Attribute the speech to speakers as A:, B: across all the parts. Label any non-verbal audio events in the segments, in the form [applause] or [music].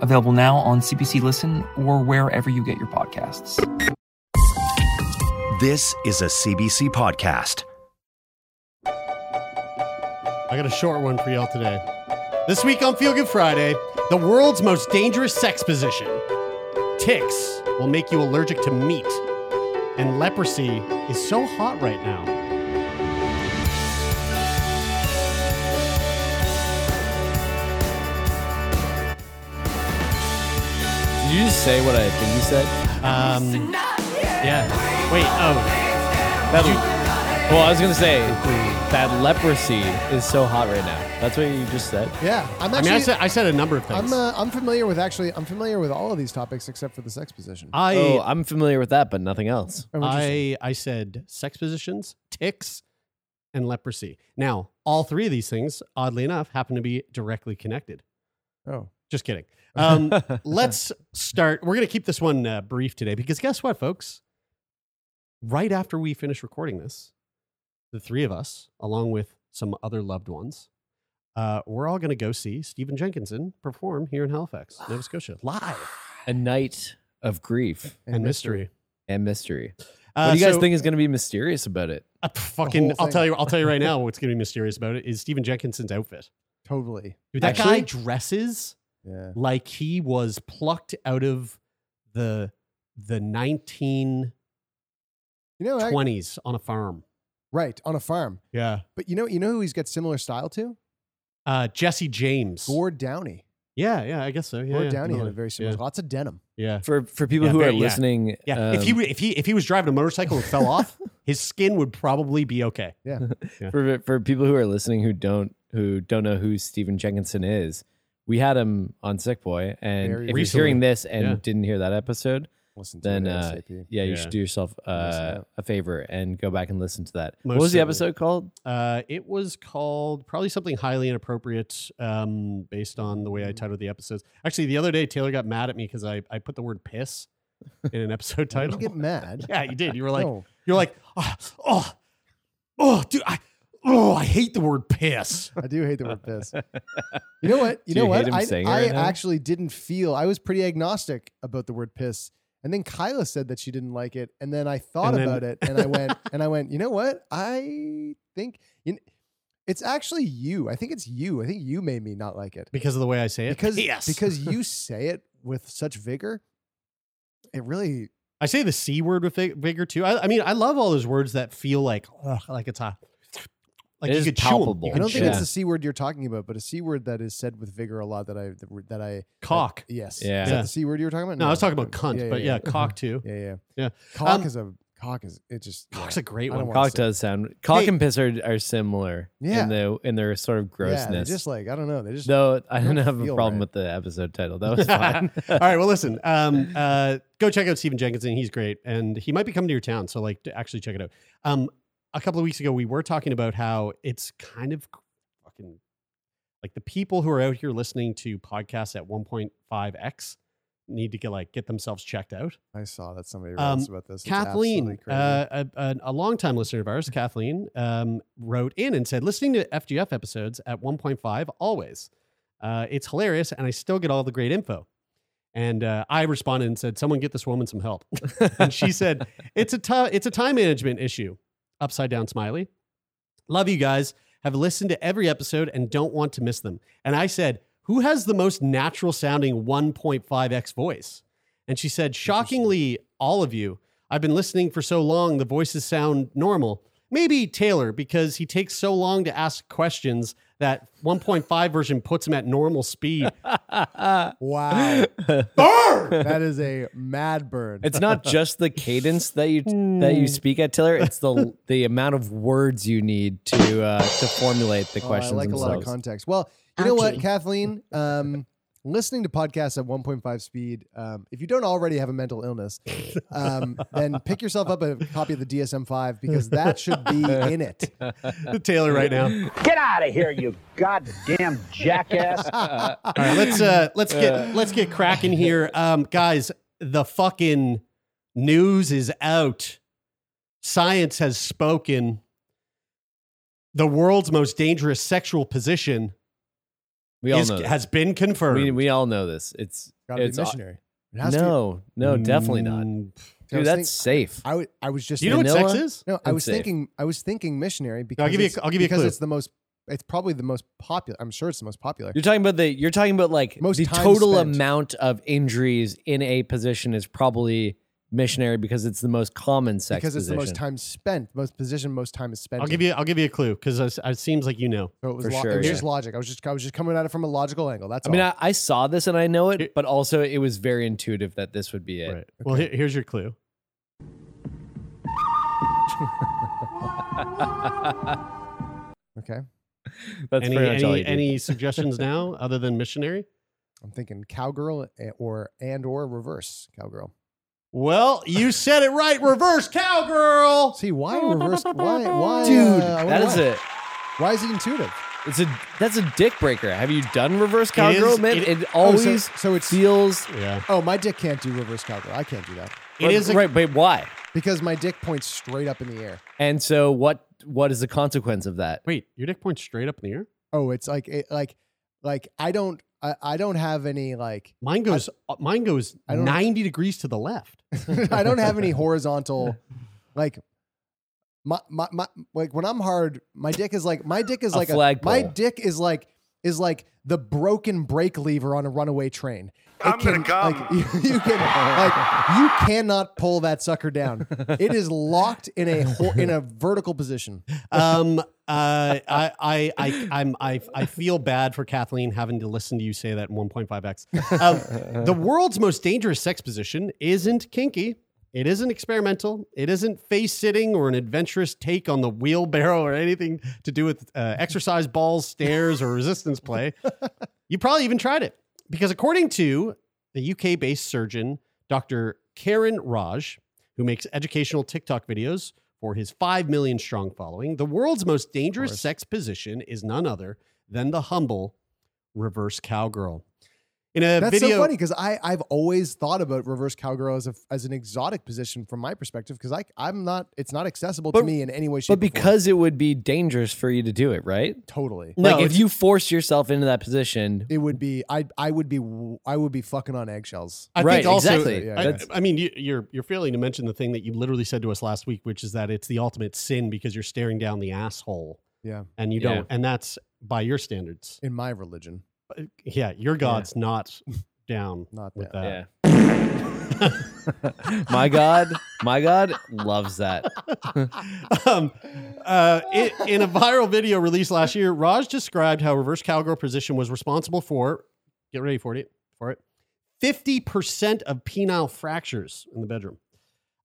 A: available now on CBC Listen or wherever you get your podcasts.
B: This is a CBC podcast.
C: I got a short one for y'all today. This week on Feel Good Friday, the world's most dangerous sex position. Ticks will make you allergic to meat. And leprosy is so hot right now.
D: Did you just say what I think you said?
C: Um,
D: Yeah.
C: wait, oh,
D: That, well, I was gonna say that leprosy is so hot right now. That's what you just said.
E: Yeah, I'm
C: I
E: actually.
C: mean, I said, I said a number of
E: I'm
C: things.
E: uh, I'm familiar with actually I'm familiar with all of these topics except for the sex position.
C: I,
D: Oh, I'm familiar with that, but nothing else.
E: Oh, interesting.
C: I, I said sex positions, ticks, and leprosy. Now, all three of these things, oddly enough, happen to be directly connected.
E: oh,
C: Just
D: [laughs]
C: kidding. Um, let's start. We're going to keep this one uh, brief today because guess what, folks? Right after we finish recording this, the three of us, along with some other loved ones, uh, we're all going to go see Stephen Jenkinson perform here in Halifax,
D: [sighs]
C: Nova Scotia, live
D: A night of grief
C: and, mystery.
D: and mystery.
C: Uh,
D: what do you guys
C: so-
D: think is gonna be mysterious about it?
C: Uh, fucking,
E: whole
C: I'll
E: thing.
C: tell you. I'll tell
E: [laughs]
C: you right now. What's going to be mysterious about it is Stephen Jenkinson's outfit.
E: totally.
C: Dude, that
D: Actually-
C: guy dresses
E: Yeah.
C: like he was plucked out of the the nineteen
E: You know, I,
C: twenties on a farm.
E: right on a farm.
C: Yeah.
E: But you know, you know who he's got similar style to?
C: Uh, Jesse James.
E: Gord Downey.
C: Yeah, yeah, I guess so. Yeah,
E: Gord
C: yeah.
E: Downey had a
C: Totally.
E: very similar.
C: Yeah.
E: Lots of denim.
C: yeah.
D: For for people
C: Yeah,
D: who
C: very-
D: are
C: yeah.
D: listening,
C: Yeah, if
D: um,
C: he were- if he if he was driving a motorcycle
E: [laughs]
C: and fell off, his skin would probably be okay.
D: for for people who are listening who don't who don't know who Stephen Jenkinson is, we had him on Sick Boy, and
E: Very
D: if
C: recently.
D: you're hearing this and
C: Yeah.
D: didn't hear that episode,
E: Listen to
D: then
E: it
D: uh,
E: ASAP.
D: yeah, you
C: Yeah.
D: should do yourself
E: Listen
D: uh,
E: up.
D: a favor and go back and listen to that. what
C: Most
D: was the
C: certainly.
D: episode called?
C: Uh, it was called probably something highly inappropriate um, based on the way
E: Mm-hmm.
C: I titled the episodes. Actually, the other day, Taylor got mad at me because I, I put the word piss in an episode
E: [laughs] Why do
C: title.
E: you get
D: [laughs]
E: mad.
C: [laughs] yeah, you did. You were like,
E: no.
C: you're like, oh, oh, oh, dude, I, oh, I hate the word piss.
E: I do hate the word
D: [laughs]
E: piss. You know what? You
D: Do
E: know
D: you hate
E: what?
D: him
E: I,
D: saying it
E: I
D: right now?
E: actually didn't feel. I was pretty agnostic about the word piss, and then Kyla said that she didn't like it, and then I thought
C: And then-
E: about it, and I
D: [laughs]
E: went, and I went. You know what? I think you kn- it's actually you. I think it's you. I think you made me not like it
C: Because of the way I say it.
E: because
C: Piss.
E: because
C: [laughs]
E: you say it with such vigor. It really
C: I say the C word with vig- vigor too. I, I mean, I love all those words that feel like, ugh, like it's hot. Like
D: It
C: you
D: is
C: could chew 'em.
D: palpable.
C: You
E: I
C: could
E: don't think
C: chew
E: it's
D: Yeah.
E: the c word you're talking about, but a c word that is said with vigor a lot. That I that I
C: cock.
E: yes
D: Yeah.
E: is that
C: Yeah.
E: the c word you were talking about?
C: No, I was talking about cunt,
E: Yeah, Uh-huh. yeah,
C: but yeah, cock too.
E: [laughs] Yeah, yeah,
C: Yeah.
E: Cock
C: Um,
E: is a cock is it just yeah.
C: Cock's a great
E: I don't
C: one.
E: wanna
D: Cock
E: say-
D: does sound cock
C: Hey.
D: and piss are, are similar
E: Yeah.
D: in the in their sort of
E: yeah, they're
D: grossness.
E: just like I don't know. They just
D: Though I
E: they
D: didn't
E: don't
D: have a
E: feel
D: problem
E: right.
D: with the episode title.
E: [laughs]
D: That was fine.
C: All right. Well, listen. Um, uh, go check out Stephen Jenkinson. He's great, and he might be coming to your town. So, like, to actually check it out. Um, a couple of weeks ago, we were talking about how it's kind of fucking like the people who are out here listening to podcasts at 1.5x need to get like get themselves checked out.
E: I saw that somebody
C: Um,
E: writes about this. It's absolutely
C: Kathleen,
E: crazy.
C: uh, a, a, a longtime listener of ours, Kathleen, um, wrote in and said, listening to FGF episodes at 1.5 always. Uh, it's hilarious, and I still get all the great info. And uh, I responded and said, someone get this woman some help. [laughs] and she said, it's a, ti- it's a time management issue. Upside down smiley. Love you guys. Have listened to every episode and don't want to miss them. And I said, who has the most natural sounding 1.5x voice? And she said, shockingly, all of you. I've been listening for so long, the voices sound normal. Maybe Taylor, because he takes so long to ask questions that 1.5 version puts him at normal speed. [laughs]
D: [laughs]
E: wow, that is a mad burn.
D: It's not just the cadence that you that
E: Hmm.
D: you speak at Tiller; it's the the amount of words you need to uh, to formulate the
E: Oh,
D: questions
E: I like a lot of
D: themselves.
E: context. Well, you know what,
F: Ouchie.
E: Kathleen? Um, listening to podcasts at 1.5 speed, um, if you don't already have a mental illness, um, then pick yourself up a copy of the DSM 5 because that should
D: [laughs]
E: be in it.
C: Taylor right now.
F: Get out of here, you goddamn jackass.
C: All right, let's uh, let's get let's get cracking here, um, guys. The fucking news is out. Science has spoken. The world's most dangerous sexual position
D: [laughs] We all
C: is-
D: know. This.
C: has been confirmed.
D: we, we all know this. It's
E: Gotta
D: it's
E: be missionary. It has to be.
D: no, no, definitely not.
C: Mm.
E: I
D: Dude,
E: was
D: that's
E: think-
D: safe.
E: I, w- I was just
C: Do you know what sex
D: Vanilla?
C: is?
E: No, I
D: and
E: was
D: safe.
E: thinking. I was thinking missionary because
C: give you a-
E: it's-
C: I'll give you a
E: because
C: clue.
E: it's the most. It's probably the most popular. I'm sure it's the most popular.
D: You're talking about the you're talking about like
E: Most
D: the
E: time
D: total
E: spent.
D: amount of injuries in a position is probably missionary because it's the most common sex
E: because it's
D: position.
E: the most time spent, most position, most time is spent.
C: I'll give you I'll give you a clue because it seems like you know.
E: So it was,
D: for
E: lo-
D: sure,
E: it was
D: yeah.
E: just logic. I was just I was just coming at it from a logical angle. That's
D: I mean,
E: all.
D: I, I saw this and I know
C: Here-
D: it, but also it was very intuitive that this would be it.
C: Right. Well, here, here's your clue.
E: okay,
D: That's
C: any
D: pretty much all
C: any,
D: you do. [laughs]
C: any suggestions now other than missionary?
E: I'm thinking cowgirl eh, or and or reverse cowgirl.
C: Well, you said it right. Reverse cowgirl.
E: See why reverse? Why why?
D: Dude,
E: uh, I
D: that
E: wonder
D: is
E: why.
D: it.
E: Why is it intuitive?
D: It's a that's a dick breaker. Have you done reverse
C: It is-
D: cowgirl, man?
C: it-
D: It,
E: Oh, so-
D: always
E: so, it's
D: feels
C: Yeah.
E: oh my dick can't do reverse cowgirl. I can't do that
C: It is a,
D: right, but why?
E: because my dick points straight up in the air.
D: And so what what is the consequence of that?
C: Wait, your dick points straight up in the air?
E: Oh, it's like it, like like I don't I, I don't have any like
C: Mine goes uh, mine goes
E: I don't-
C: 90 degrees to the left.
E: [laughs] I don't have any horizontal, like my, my my like when I'm hard, my dick is like my dick is
D: A
E: like my
D: flagpole.
E: dick is like is like the broken brake lever on a runaway train. I'm gonna come. Like, [laughs] you, you can like you cannot pull that sucker down. It is locked in a ho- in a vertical
D: [laughs]
E: position.
C: Um uh I I I I'm I I feel bad for Kathleen having to listen to you say that in 1.5x. Um, the world's most dangerous sex position isn't kinky. It isn't experimental. It isn't face sitting or an adventurous take on the wheelbarrow or anything to do with uh, exercise balls, stairs, or resistance play. You probably even tried it because, according to the UK based surgeon, Dr. Karen Raj, who makes educational TikTok videos for his 5 million strong following, the world's most dangerous sex position is none other than the humble reverse cowgirl. In a
E: That's
C: video,
E: so funny because I I've always thought about reverse cowgirl as a, as an exotic position from my perspective because I I'm not it's not accessible to
D: But-
E: me in any way shape.
D: But
E: or form.
D: because it would be dangerous for you to do it, right?
E: totally
C: No,
D: like if
C: it's-
D: you force yourself into that position,
E: it would be I I would be w- I would be fucking on eggshells.
C: I
D: Right,
C: think also,
D: exactly.
E: Yeah,
C: I, [laughs]
E: that's-
C: I mean, you, you're you're failing to mention the thing that you literally said to us last week, which is that it's the ultimate sin because you're staring down the asshole,
E: Yeah,
C: and you
D: Yeah.
C: don't, and that's by your standards.
E: in my religion,
C: But, Yeah, your God's not down
E: not
C: with
E: that.
C: that.
D: yeah. [laughs] my God, my God loves that.
C: [laughs] um, uh, it, in a viral video released last year, Raj described how reverse cowgirl position was responsible for get ready for it for it fifty percent of penile fractures in the bedroom.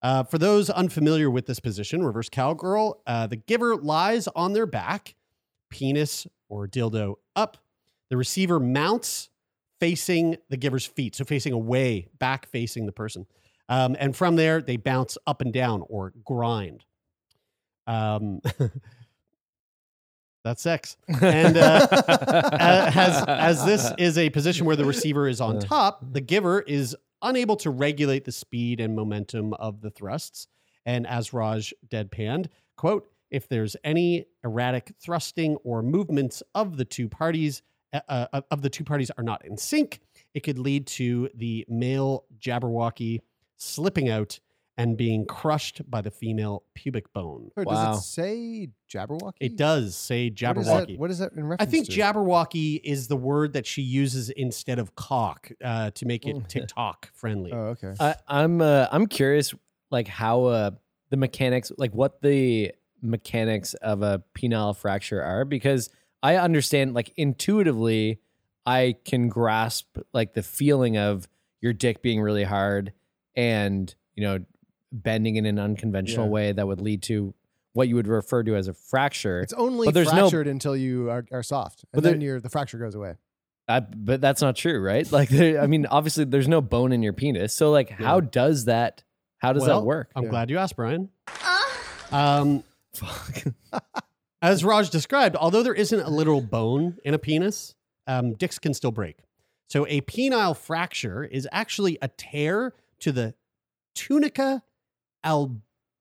C: Uh, for those unfamiliar with this position, reverse cowgirl, uh, the giver lies on their back, penis or dildo up. The receiver mounts facing the giver's feet, so facing away, back facing the person. Um, and from there, they bounce up and down or grind. Um, [laughs] that's sex.
D: [laughs]
C: And uh, uh, as, as this is a position where the receiver is on top, the giver is unable to regulate the speed and momentum of the thrusts. And as Raj deadpanned, quote, if there's any erratic thrusting or movements of the two parties, uh, uh, of the two parties are not in sync, it could lead to the male Jabberwocky slipping out and being crushed by the female pubic bone.
E: Or
D: Wow.
E: Does it say Jabberwocky?
C: It does
E: What is
C: say
E: that,
C: Jabberwocky.
E: what is that in reference?
C: I think
E: to?
C: Jabberwocky is the word that she uses instead of cock uh, to make it TikTok friendly.
E: Oh, okay.
D: I, I'm uh, I'm curious, like how uh, the mechanics, like what the mechanics of a penile fracture are, because I understand, like intuitively, I can grasp like the feeling of your dick being really hard and you know bending in an unconventional
E: Yeah.
D: way that would lead to what you would refer to as a fracture.
E: It's only
D: but there's no-
E: fractured until you are, are soft, and
D: there-
E: then your the fracture goes away.
D: I, but that's not true, right? [laughs] Like, there, I mean, obviously, there's no bone in your penis. So, like, how does that? How does
C: Well,
D: that work?
C: I'm
E: Yeah.
C: glad you asked, Brian. Um,
E: [laughs]
C: as Raj described, although there isn't a literal bone in a penis, um, dicks can still break. So a penile fracture is actually a tear to the tunica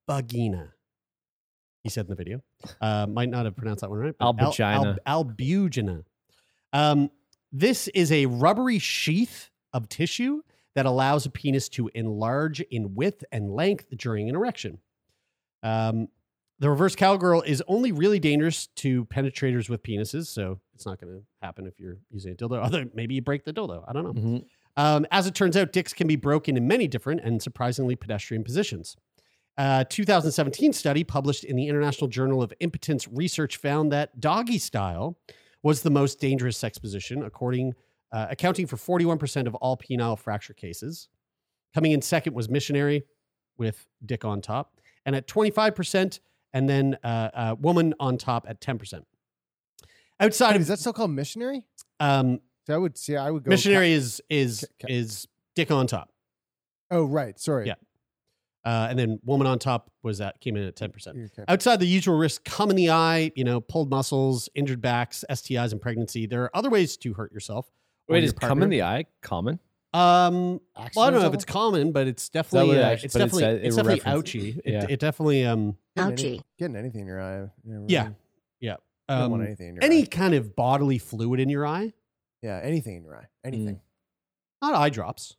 C: albugina. He said in the video. Uh, might not have pronounced that one right. but al-
D: Albugina.
C: al- albugina. Um, this is a rubbery sheath of tissue that allows a penis to enlarge in width and length during an erection. Um, the reverse cowgirl is only really dangerous to penetrators with penises, so it's not going to happen if you're using a dildo. Although maybe you break the dildo. I don't know.
D: Mhm.
C: Um, as it turns out, dicks can be broken in many different and surprisingly pedestrian positions. A 2017 study published in the International Journal of Impotence Research found that doggy style was the most dangerous sex position, according uh, accounting for 41% of all penile fracture cases. Coming in second was missionary, with dick on top, and at 25%, and then uh, uh, woman on top at 10%. Outside
E: Wait,
C: of
E: is that still called missionary?
C: um,
E: See, I would see. I would go
C: missionary is is
E: Ca- ca-
C: is dick on top.
E: Oh, right. Sorry.
C: Yeah. Uh, and then woman on top was that came in at 10%.
E: Okay.
C: Outside the usual risks, cum in the eye, you know, pulled muscles, injured backs, STIs, and pregnancy. There are other ways to hurt yourself. or
D: Wait,
C: your
D: is cum in
C: partner.
D: the eye common?
C: Um, well, I don't know if
E: Accidental?
C: it's common, but it's
D: what
C: definitely
D: it
C: uh,
D: actually-
C: it's
D: but it's,
C: definitely
D: uh,
C: it's,
D: it
C: definitely ouchy.
D: references-
C: It,
D: yeah.
C: it definitely um
E: Getting any- Getting anything in your eye. you know,
C: Yeah.
E: really-
C: yeah
E: you don't want
C: um
E: anything in your
C: any
E: eye.
C: kind of bodily fluid in your eye,
E: Yeah. Anything in your eye.
C: Mm.
E: Anything.
C: not eye drops.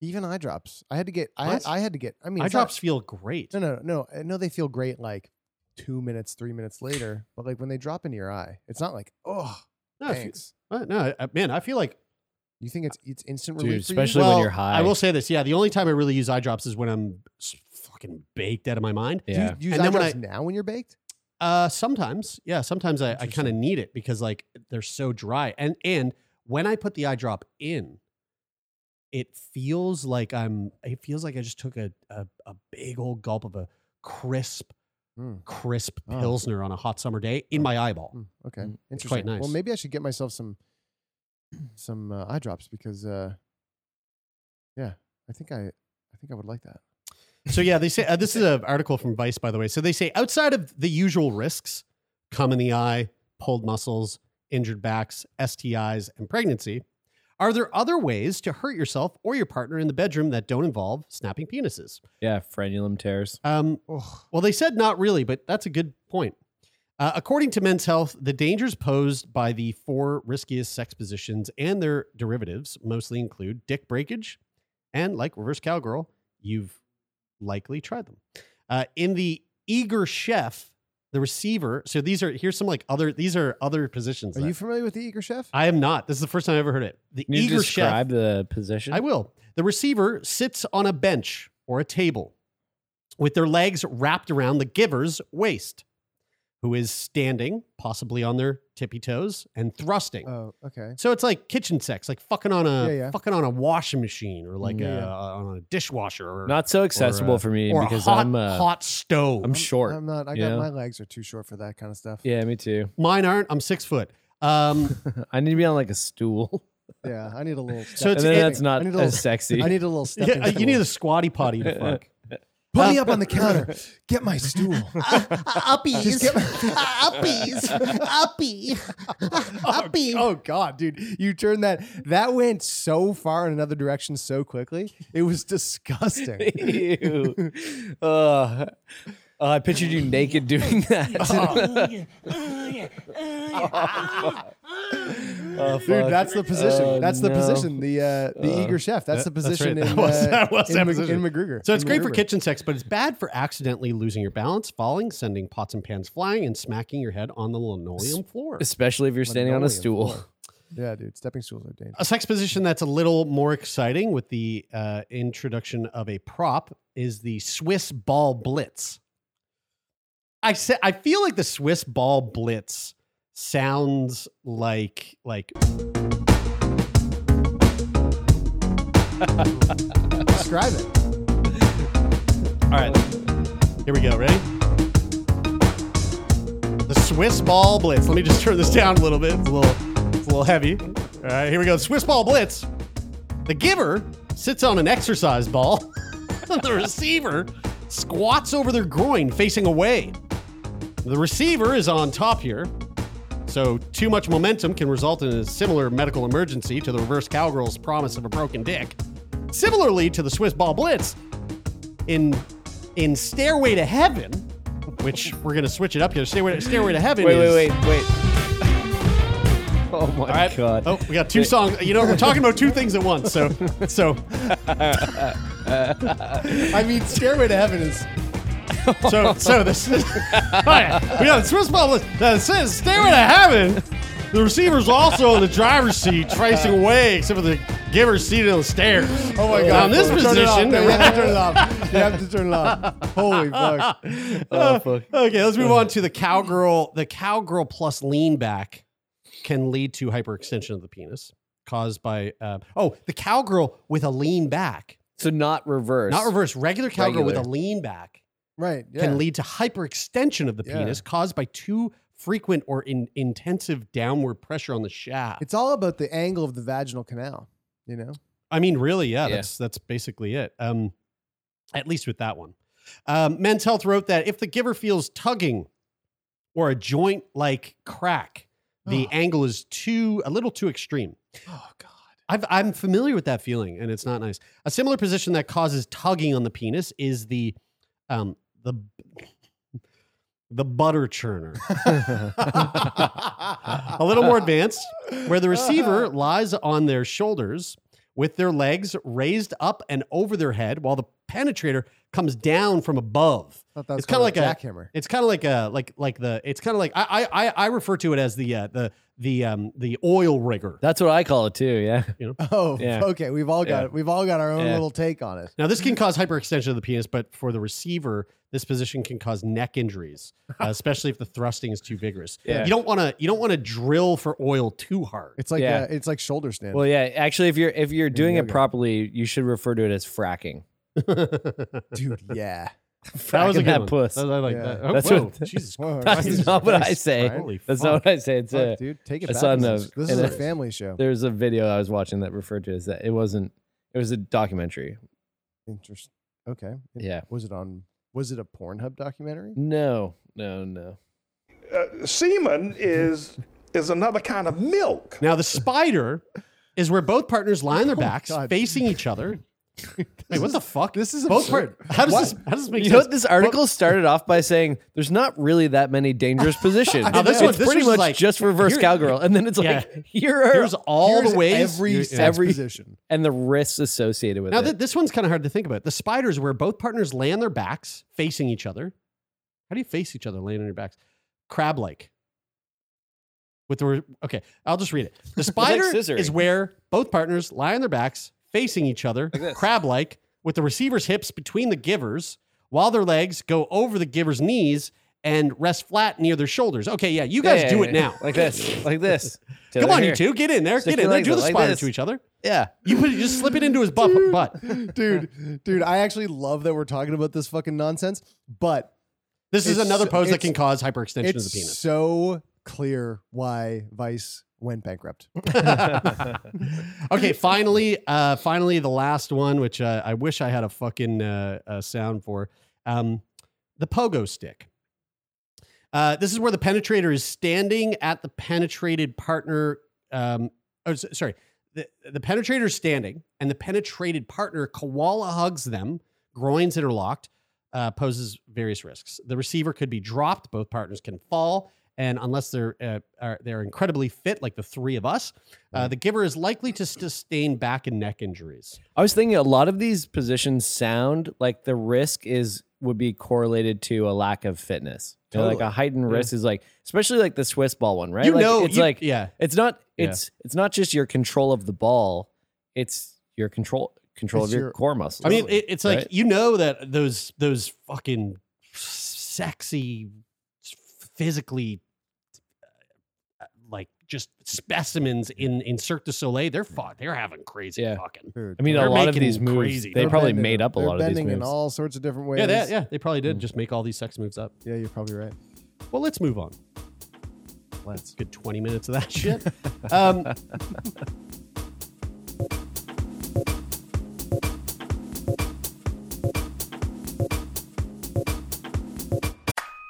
E: Even eye drops. I had to get. I had,
C: What?
E: I had to get. I mean,
C: eye
E: it's not-
C: drops feel great.
E: No, no, no. I know they feel great like two minutes, three minutes later, but like when they drop into your eye, it's not like, oh,
C: No, if you-
E: thanks.
C: what? no, I- man, I feel like
E: You think it's it's instant
D: Dude,
E: relief, for you?
D: especially when
C: Well,
D: you're high.
C: I will say this, yeah. The only time I really use eye drops is when I'm s- fucking baked out of my mind.
E: Do you
D: Yeah.
E: use
C: And
E: eye
C: then when
E: drops
C: I-
E: now when you're baked?
C: Uh, sometimes, yeah, sometimes I, I kind of
E: Interesting.
C: need it because like they're so dry, and and when I put the eye drop in, it feels like I'm. It feels like I just took a a, a big old gulp of a crisp,
E: Mm.
C: crisp
E: Oh.
C: pilsner on a hot summer day in my eyeball.
E: Mm, okay,
D: Mm.
E: interesting.
C: It's quite
E: Well,
C: nice.
E: maybe I should get myself some [clears throat] some uh, eye drops because, uh, yeah, I think I I think I would like that.
C: So yeah, they say uh, this is an article from Vice, by the way. So they say outside of the usual risks, cum in the eye, pulled muscles, injured backs, STIs, and pregnancy, are there other ways to hurt yourself or your partner in the bedroom that don't involve snapping penises?
D: yeah, frenulum tears.
C: Um,
E: Oh,
C: well, they said not really, but that's a good point. Uh, according to Men's Health, the dangers posed by the four riskiest sex positions and their derivatives mostly include dick breakage and, like reverse cowgirl, you've likely tried them. Uh, in the eager chef, the receiver. So these are here's some like other these are other positions.
E: are
C: that-
E: you familiar with the eager chef?
C: I am not. This is the first time I have ever heard it. The
D: Can you
C: eager chef.
D: describe the position?
E: Mm-hmm.
C: I will. The receiver sits on a bench or a table with their legs wrapped around the giver's waist, who is standing, possibly on their tippy toes, and thrusting.
E: oh, okay.
C: so it's like kitchen sex, like fucking on a
E: Yeah, yeah. Mm,
C: fucking on a washing machine or like
D: Yeah,
C: a, uh,
D: yeah.
C: on a dishwasher or,
D: Not so accessible
C: uh,
D: for me
C: or
D: because
C: a hot,
D: I'm uh,
C: hot stove.
D: I'm short.
E: I'm not. I
D: you
E: got
D: know?
E: my legs are too short for that kind of stuff.
D: yeah, me too.
C: Mine aren't. I'm six foot. Um,
D: I need to be on like a
C: [laughs]
D: stool.
E: Yeah, I need a
D: [laughs]
E: little.
C: So
E: Step-
D: and
C: it's-
D: then
C: it-
D: that's
E: I
D: not
E: need a little-
D: as sexy.
C: [laughs]
E: I need a little [laughs] stepping.
C: yeah, you need
E: stool.
C: a squatty
D: [laughs]
C: potty to fuck.
E: Put me up on the counter. Get my stool.
C: Uppies.
E: [laughs] Uppies. Uppie. Uppie. Oh, God, dude. You turned that. That went so far in another direction so quickly. It was disgusting.
D: [laughs] Ew. Ugh. Oh, I pictured you naked doing that. [laughs] [laughs] Oh, fuck.
E: Dude, that's the position.
D: Oh,
E: that's the
D: no.
E: position. The uh, the eager chef. That's the
C: That- that's
E: position
C: right.
E: in,
C: That was-
E: uh,
C: that was
E: in,
C: that
E: Mc-
C: position.
E: in McGruger.
C: So it's
E: In
C: great for
E: MacGruber.
C: kitchen sex, but it's bad for accidentally losing your balance, falling, sending pots and pans flying, and smacking your head on the linoleum floor.
D: especially if you're standing on a
E: Linoleum
D: stool.
E: floor. Yeah, dude. Stepping stools are dangerous.
C: A sex position that's a little more exciting with the uh, introduction of a prop is the Swiss ball blitz. I said I feel like the Swiss ball blitz sounds like [laughs] like
E: Describe it.
C: all right. Here we go, ready? The Swiss ball blitz. Let me just turn this down a little bit. It's a little it's a little heavy. All right, here we go. Swiss ball blitz. The giver sits on an exercise ball. [laughs] the receiver squats over their groin facing away. The receiver is on top here. So, too much momentum can result in a similar medical emergency to the reverse cowgirl's promise of a broken dick. Similarly to the Swiss ball blitz, in in Stairway to Heaven, which we're going to switch it up here. Stairway, Stairway to Heaven
D: [laughs] Wait,
C: is.
D: wait, wait, wait. [laughs] oh my
C: right.
D: god.
C: Oh, we got two songs. You know, we're talking about two things at once. So, so,
E: I mean, Stairway to Heaven is
C: so, [laughs] so this is. oh, All right. We got the Swiss ball that says staring to heaven. The receiver's also in the driver's seat, facing away, except for the giver's seated on the stairs.
E: Oh my god!
C: Now, in this
E: Turn it off.
C: position,
E: No, you have to turn it off. You have to turn it off. Holy fuck!
D: Oh, fuck.
C: Okay, let's move on to the cowgirl. The cowgirl plus lean back can lead to hyperextension of the penis caused by uh, oh the cowgirl with a lean back,
D: So not reverse.
C: not reverse. Regular cowgirl with a
D: Regular.
C: lean back
E: Right? Yeah.
C: can lead to hyperextension of the
E: Yeah.
C: penis caused by too frequent or in, intensive downward pressure on the shaft.
E: It's all about the angle of the vaginal canal. You know.
C: I mean, really, yeah,
D: Yeah.
C: that's that's basically it. Um, at least with that one. Um, Men's Health wrote that if the giver feels tugging or a joint like crack, the
E: Oh.
C: angle is too a little too extreme.
E: Oh god.
C: I've, I'm familiar with that feeling, and it's not nice. A similar position that causes tugging on the penis is the um, the the butter churner. [laughs] a little more advanced, where
D: [laughs]
C: the receiver lies on their shoulders with their legs raised up and over their head, while the penetrator comes down from above.
E: Thought that was
C: It's kinda
E: called a
C: like
E: jackhammer. [laughs]
C: It's kind of like a like like the it's kind of like I, I I I refer to it as the uh, the the um the oil rigger.
D: That's what I call it too, yeah.
E: oh,
D: Yeah.
E: okay. We've all got
D: Yeah.
E: we've all got our own
D: Yeah.
E: little take on it.
C: Now, this can cause hyperextension of the penis, but for the receiver, this position can cause neck injuries,
D: [laughs]
C: uh, especially if the thrusting is too vigorous.
D: Yeah.
C: You don't want to you don't want to drill for oil too hard. [laughs]
E: It's like
D: Yeah.
E: uh, it's like shoulder stand.
D: Well, yeah. Actually, if you're if you're doing it
E: yoga.
D: properly, you should refer to it as fracking.
C: that
E: [laughs] Dude, yeah.
D: Fracking
C: good
D: that
C: one.
D: puss.
C: That- [laughs] I like
E: Yeah.
C: that. Oh,
D: That's
C: whoa,
D: what- [laughs]
C: Jesus.
E: Whoa,
D: That's
E: Jesus
D: not what I
E: Christ,
D: say.
E: Brian.
C: Holy
D: That's
C: fuck.
D: not what I say. It's
E: Fuck,
D: a,
E: dude, take it
D: I
E: back.
D: saw
E: This
D: in
E: is-
D: the-
E: this is
D: in
E: a
D: the-
E: family show.
D: there's a video I was watching that referred to as that. It wasn't. It was a documentary.
E: Interesting. Okay.
D: Yeah.
E: Was it on? Was it a Pornhub documentary? [laughs]
D: No, no, no.
G: Uh, Semen is is another kind of milk.
C: Now, the spider is where both partners lie on their
E: Oh my
C: backs,
E: God.
C: facing each other. Wait, what the fuck?
E: This is
C: both
E: absurd.
C: part- How does
E: What?
C: this? How does this make
D: You know
C: sense?
D: what? This article started off by saying there's not really that many
C: [laughs]
D: dangerous positions.
C: know. This
D: it's
C: one- this
D: pretty
C: one's
D: much
C: like-
D: just reverse
C: here-
D: cowgirl, and then it's
C: Yeah.
D: like here are
C: Here's all
E: Here's
C: the ways.
E: every
C: Yeah.
E: sex
D: every-
C: [laughs]
E: position.
D: and the risks associated with
C: Now,
D: it.
C: th- this one's kind of hard to think about. The spiders, where both partners lay on their backs, facing each other. How do you face each other laying on your backs? Crab like. With the re- okay, I'll
D: [laughs]
C: just read it. The
D: like
C: spider
D: scissoring.
C: is where both partners lie on their backs, facing each other, crab like, with the receiver's hips between the giver's, while their legs go over the giver's knees and rest flat near their shoulders. Okay, yeah, you guys
D: Yeah,
C: do
D: yeah,
C: it
D: yeah.
C: now.
D: like this, like this. Till
C: [laughs] Come on,
D: here.
C: you two, get in there,
D: Stick
C: get in
D: your
C: there,
D: legs
C: do
D: out
C: the
D: like
C: spider
D: this.
C: to each other.
D: Yeah,
C: You put, just slip it into his buff,
D: [laughs]
C: butt.
E: dude, dude, I actually love that we're talking about this fucking nonsense, but
C: This is
E: It's-
C: another pose that
E: it's-
C: can cause hyperextension of the
E: it's
C: penis.
E: so clear why Vice went bankrupt.
D: Mm.
C: okay, finally, uh, finally, the last one, which uh, I wish I had a fucking uh, uh, sound for, um, the pogo stick. Uh, this is where the penetrator is standing at the penetrated partner. Um, oh, s- sorry, the, the penetrator is standing, and the penetrated partner koala hugs them, groins interlocked, uh, poses various risks. The receiver could be dropped; both partners can fall, and unless they're uh, are, they're incredibly fit, like the three of us,
D: Mm.
C: uh, the giver is likely to sustain back and neck injuries.
D: I was thinking a lot of these positions sound like the risk is would be correlated to a lack of fitness. You know,
C: Totally.
D: like a heightened
C: Yeah.
D: risk is like, especially like the Swiss ball one, right?
C: you
D: Like,
C: know,
D: it's
C: you-
D: like
C: yeah,
D: it's not
C: Yeah.
D: it's it's not just your control of the ball, it's your control control
E: It's
D: of your,
E: your-
D: core muscles.
C: I mean, it, it's like
D: Right?
C: you know that those those fucking sexy, physically, uh, like just specimens in in Cirque du Soleil. They're fought. They're having crazy
D: Yeah.
C: fucking.
E: Dude,
D: I mean, a
C: they're
D: lot of
C: making
D: these moves
C: crazy.
D: they
C: They're
D: probably
E: bending-
D: made up a
E: they're
D: lot of these
E: bending
D: moves.
E: in all sorts of different ways.
C: Yeah, they, yeah, they probably did
D: Mm.
C: just make all these sex moves up.
E: Yeah, you're probably right.
C: Well, let's move on.
D: [laughs]
E: Lens.
C: Good 20 minutes of that shit. Um,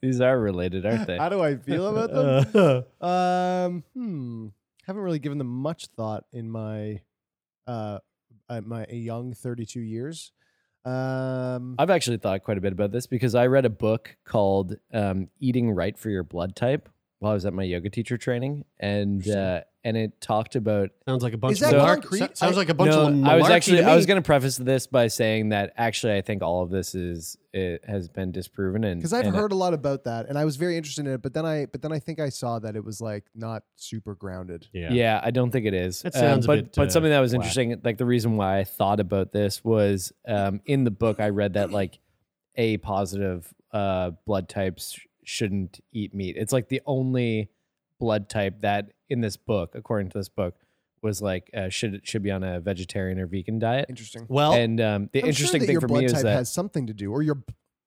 D: These are related, aren't they?
E: How do [laughs] I feel about
D: [laughs]
E: them? um, hmm. Haven't really given them much thought in my uh at my young 32 years. Um,
D: I've actually thought quite a bit about this because I read a book called um, "Eating Right for Your Blood Type" while I was at my yoga teacher training, and uh, and it talked about
C: sounds like a bunch Is of that malarkey- concrete? sounds like a bunch of
D: I was
C: malarkey
D: actually
C: to
D: I
C: me.
D: was going to preface this by saying that actually I think all of this is it has been disproven and
E: because I've
D: and
E: heard a lot about that, and I was very interested in it. But then I, but then I think I saw that it was like not super grounded.
D: Yeah. I don't think it is. Um,
E: That sounds a
D: but
E: bit,
D: but
E: uh,
D: something that was
E: whack.
D: interesting, like the reason why I thought about this was um, in the book I read that like A positive uh, blood types sh- shouldn't eat meat. It's like the only blood type that in this book, according to this book, was like uh, should should be on a vegetarian or vegan diet.
E: Interesting.
C: Well-
D: and um, the
E: I'm sure
D: interesting
E: that
D: thing
E: your
D: for
E: blood
D: me is
E: type
D: that
E: has something to do, or your,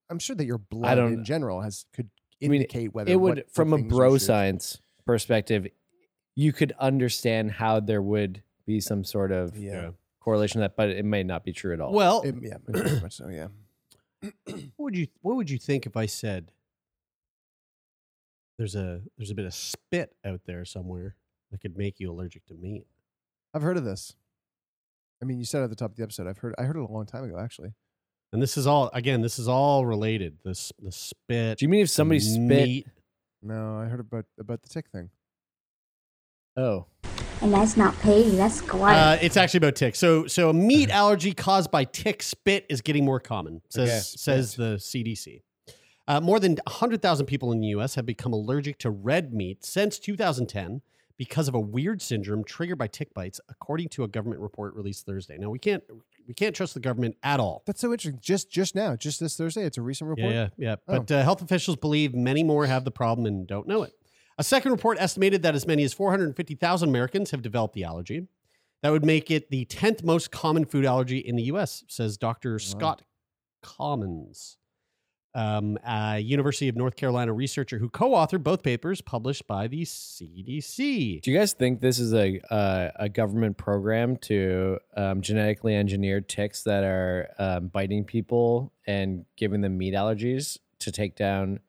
E: I'm sure that your blood
D: don't-
E: in general has could
D: I mean,
E: indicate whether
D: it would
E: what- what
D: from a
E: things you
D: bro
E: should-
D: science perspective you could understand how there would be some sort of
E: Yeah.
D: correlation to that but it may not be true at all
C: Well-
E: It- yeah, very much so. Yeah.
C: What would you What would you think if I said there's a there's a bit of spit out there somewhere that could make you allergic to meat?
E: I've heard of this. I mean, you said at the top of the episode. I've heard. I heard it a long time ago, actually.
C: And this is all again. This is all related. This the spit.
D: Do you mean if
C: the
D: somebody spit-
C: meat.
E: No, I heard about about the tick thing.
D: oh
H: And that's not pay, that's quiet.
C: Uh, it's actually about ticks. So so a meat allergy caused by tick spit is getting more common. Says
D: Okay.
C: says the CDC. Uh, more than 100,000 people in the US have become allergic to red meat since 2010 because of a weird syndrome triggered by tick bites, according to a government report released Thursday. Now, we can't we can't trust the government at all.
E: That's so interesting. Just just now, just this Thursday, it's a recent report.
C: Yeah, yeah. yeah.
E: Oh.
C: But uh, health officials believe many more have the problem and don't know it. A second report estimated that as many as 450,000 Americans have developed the allergy. That would make it the 10th most common food allergy in the U.S., says Dr. Scott Commons, um, a University of North Carolina researcher who co-authored both papers published by the CDC.
D: do you guys think this is a uh, a government program to um, genetically engineer ticks that are um, biting people and giving them meat allergies to take down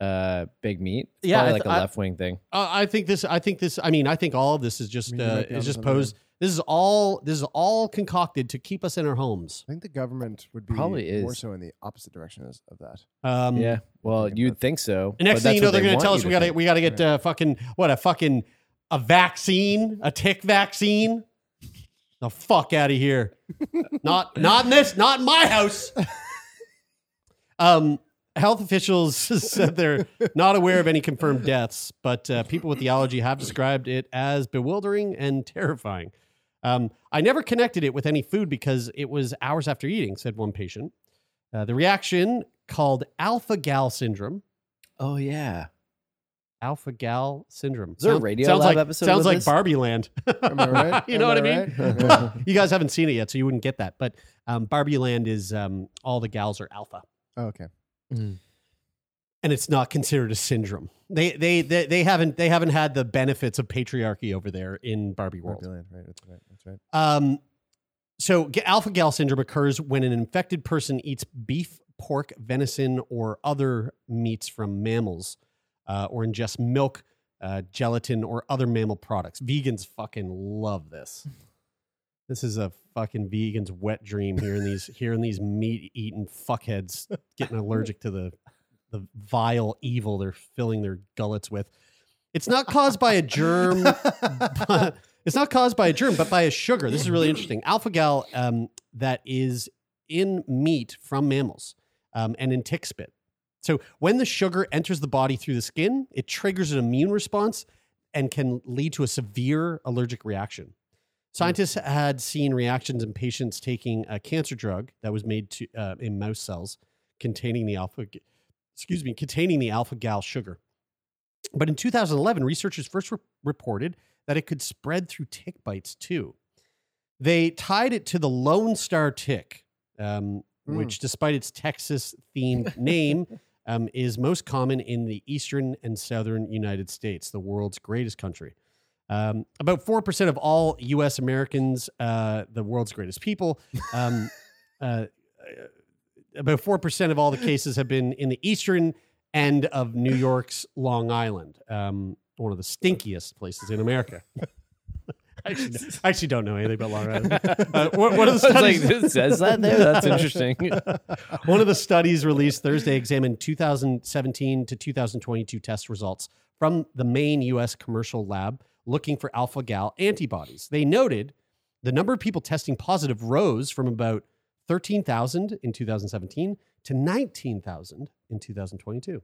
D: uh, big meat it's
C: Yeah, I
D: probably
C: th-
D: like a
C: I-
D: left wing thing
C: Uh, I think this. I think this. I mean, I think all of this is just
E: mean, you
C: uh,
E: might be
C: is
E: onto
C: just
E: something
C: posed. This is all. This is all concocted to keep us in our homes.
E: I think the government would be
D: Probably is.
E: more so in the opposite direction as- of that.
C: Um,
D: yeah well you'd think so
C: And next
D: but
C: thing
D: that's
C: you know,
D: what
C: they're
D: they
C: going to
D: want
C: tell
D: you
C: us we
D: to
C: got to
D: think.
C: we got to get uh, fucking what a fucking a vaccine, a tick vaccine. The fuck out of
D: [laughs]
C: here! not not in this, not in my house. Um, health officials [laughs] said they're not aware of any confirmed deaths, but uh, people with the allergy have described it as bewildering and terrifying. Um, I never connected it with any food because it was hours after eating, said one patient. Uh, the reaction called alpha gal syndrome.
D: oh yeah
C: Alpha gal syndrome.
D: Is there a
C: Sounds-
D: Radio
C: sounds
D: Lab
C: like,
D: episode
C: Sounds
D: of
C: like
D: this? [laughs]
C: Barbie Land.
E: Am
C: [laughs]
E: I right?
C: you know
E: Am
C: what
E: I
C: I mean?
E: right?
C: [laughs] you guys haven't seen it yet, so you wouldn't get that. But um, Barbie Land is um, all the gals are alpha.
E: Oh, okay.
C: and it's not considered a syndrome. They, they they they haven't they haven't had the benefits of patriarchy over there in Barbie world.
E: Barbarian, right, that's right. That's right.
C: Um, so g- alpha gal syndrome occurs when an infected person eats beef, pork, venison, or other meats from mammals, uh, or ingests milk, uh, gelatin, or other mammal products. Vegans fucking love this. This is a fucking vegan's wet dream hearing these hearing these meat eating fuckheads getting allergic to the the vile evil they're filling their gullets with. It's not caused by a germ. It's not caused by a germ, but by a sugar. This is really interesting. Alpha gal um, that is in meat from mammals um, and in tick spit. So when the sugar enters the body through the skin, it triggers an immune response and can lead to a severe allergic reaction. Scientists had seen reactions in patients taking a cancer drug that was made to, uh, in mouse cells containing the alpha, excuse me, containing the alpha gal sugar. But in 2011, researchers first re- reported that it could spread through tick bites too. They tied it to the Lone Star tick, um,
D: Hmm.
I: Mm.
C: which, despite its Texas
D: [laughs]
C: themed name, um, is most common in the eastern and southern United States, the world's greatest country. Um, about 4% of all US Americans, uh, the world's greatest people,
D: [laughs]
C: um, uh, about 4% of all the cases have been in the eastern end of New York's Long Island, um, one of the stinkiest places in America. [laughs] I actually, don't- I actually don't know anything about Long
D: [laughs]
C: Island. Uh, one one of the
D: I was like,
C: studies
D: "It says that there?
C: [laughs]
D: That's interesting." [laughs]
C: one of the studies released Thursday examined 2017 to 2022 test results from the main U.S. commercial lab looking for alpha gal antibodies. They noted the number of people testing positive rose from about 13,000 in 2017 to 19,000 in 2022.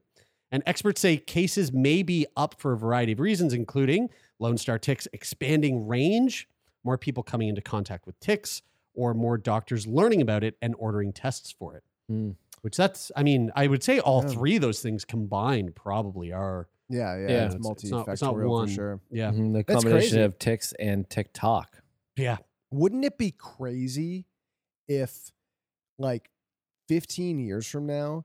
C: And experts say cases may be up for a variety of reasons, including Lone Star ticks expanding range, more people coming into contact with ticks, or more doctors learning about it and ordering tests for it. Which that's, I mean, I would say all
E: Yeah.
C: three of those things combined probably are.
E: Yeah, yeah, it's multifactorial for sure.
C: Yeah,
D: Mhm, the
E: That's
D: combination
E: crazy.
D: of ticks and TikTok.
C: Yeah.
E: Wouldn't it be crazy if, like, 15 years from now,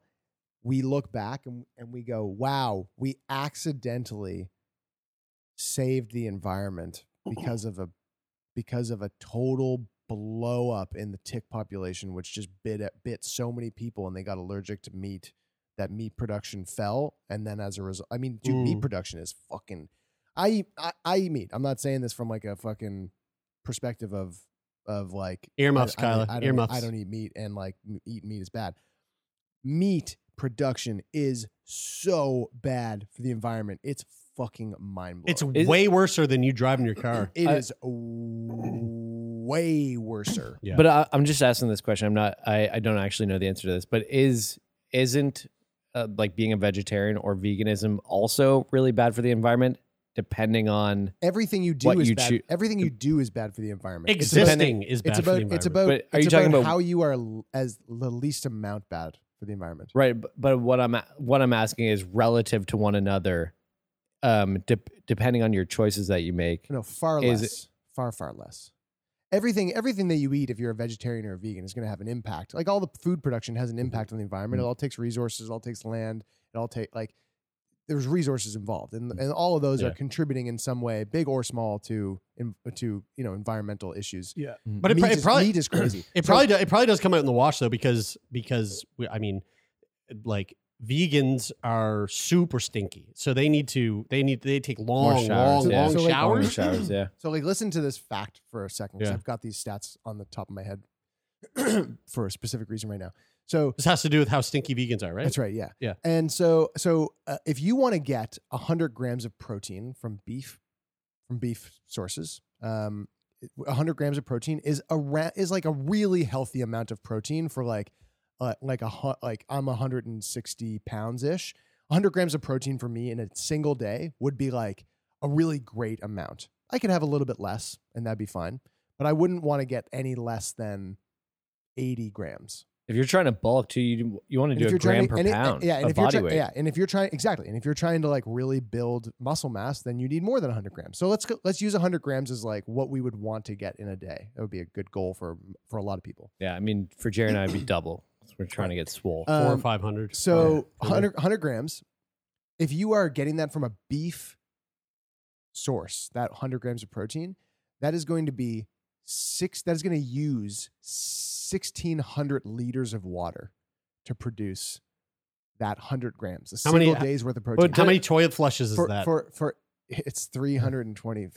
E: we look back and, and we go, wow, we accidentally saved the environment because of a because of a total blow up in the tick population which just bit at bit so many people and they got allergic to meat that meat production fell and then as a result I mean dude meat
C: Mm.
E: production is fucking I, eat- I I eat meat I'm not saying this from like a fucking perspective of of like I-
C: Earmuffs,
E: I don't-
C: Kyla,
E: I don't,
C: earmuffs.
E: I don't eat meat and like m- eating meat is bad meat production is so bad for the environment. It's fucking mind blowing.
C: It's way worser than you driving your car.
E: It
C: I-
E: is way worser.
C: Yeah.
D: But I, I'm just asking this question. I'm not. I, I don't actually know the answer to this. But is isn't uh, like being a vegetarian or veganism also really bad for the environment? Depending on
E: Everything you do
D: What
E: is
D: you
E: bad.
D: choo-
E: Everything you do is bad for the environment. [clears throat] It's
D: Existing
E: about-
D: is bad
E: it's
D: for
E: about,
D: the
E: It's
D: environment.
E: about,
D: But are
E: it's
D: you talking
E: about
D: about-
E: how you are l- as the least amount bad for the environment?
D: right. But, but what I'm a- what I'm asking is relative to one another. Um, de- depending on your choices that you make.
E: No, far
D: Is
E: less.
D: it-
E: far, far less. Everything, everything that you eat, if you're a vegetarian or a vegan, is going to have an impact. Like all the food production has an impact on the environment. It all takes resources. It all takes land. It all take like there's resources involved, and and all of those are
C: Yeah.
E: contributing in some way, big or small, to en- to you know environmental issues.
C: Yeah, But it,
E: meat
C: pro-
E: is,
C: it probably
E: meat is crazy.
C: [clears throat] It
E: So-
C: probably do, it probably does come out in the wash though because because we, I mean, like vegans are super stinky, so they need to they need they take long long long showers.
E: So like listen to this fact for a second because
C: Yeah.
E: I've got these stats on the top of my head [clears throat] for a specific reason right now. So
C: This has to do with how stinky vegans are, right?
E: That's right. Yeah.
C: Yeah.
E: And so, so uh, if you want to get 100 grams of protein from beef, from beef sources, um, 100 grams of protein is a ra- is like a really healthy amount of protein for like, uh, like a hu- like I'm 160 pounds ish. 100 grams of protein for me in a single day would be like a really great amount. I could have a little bit less, and that'd be fine. But I wouldn't want to get any less than 80 grams.
D: If you're trying to bulk too, you you want to
E: And
D: do
E: if
D: a
E: you're trying
D: gram
E: to-
D: per
E: and it- uh,
D: pound
E: yeah, and
D: of
E: if you're
D: body
E: try-
D: weight.
E: Yeah, and if you're trying exactly, and if you're trying to like really build muscle mass, then you need more than 100 grams. So let's go, let's use 100 grams as like what we would want to get in a day. That would be a good goal for for a lot of people.
D: Yeah, I mean, for Jared and I,
C: [clears throat]
D: it'd be double. We're trying to get swole.
E: Four or Um,
C: five hundred.
E: So 100, 100 grams, if you are getting that from a beef source, that 100 grams of protein, that is going to be six. That is going to use 1,600 liters of water to produce that 100 grams. A
C: How
E: single
C: many-
D: uh,
E: day's worth of
C: But
E: protein.
C: how many toilet flushes is
E: for,
C: that?
E: For for it's 320.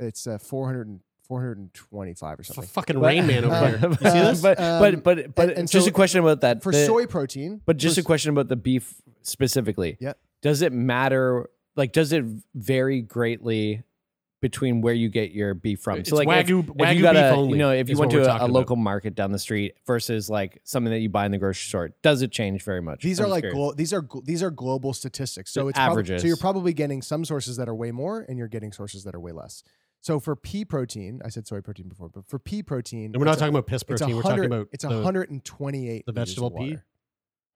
E: It's uh, 400 425 or something.
C: fucking Rain Man over
E: uh,
C: here.
D: [laughs]
C: You see this?
D: uh, But
E: um,
D: but but but
E: and- and
D: just
E: so
D: a question about that
E: for
D: the-
E: soy protein.
D: But just
E: for
D: a question about the beef specifically.
E: Yeah.
D: Does it matter? Like, does it vary greatly between where you get your beef from.
C: It's
D: so like if,
C: Wagyu-
D: if
C: Wagyu
D: you got
C: beef
D: a, you
C: only
D: know, if you
C: is
D: went
C: what we're
D: to a- a,
C: talking about.
D: local market down the street versus like something that you buy in the grocery store, does it change very much?
E: These
D: I'm
E: are
D: just
E: like
D: curious.
E: glo- these are gl- these are global statistics. So
D: The
E: it's prob-
D: averages.
E: so you're probably getting some sources that are way more, and you're getting sources that are way less. So for pea protein, I said soy protein before, but for pea protein,
C: And we're not
E: it's a-
C: talking about piss
E: it's a
C: protein, we're talking
E: hundred-
C: about
E: it's a
C: the-
E: 128
C: the
E: liters of
C: vegetable pea?
E: water.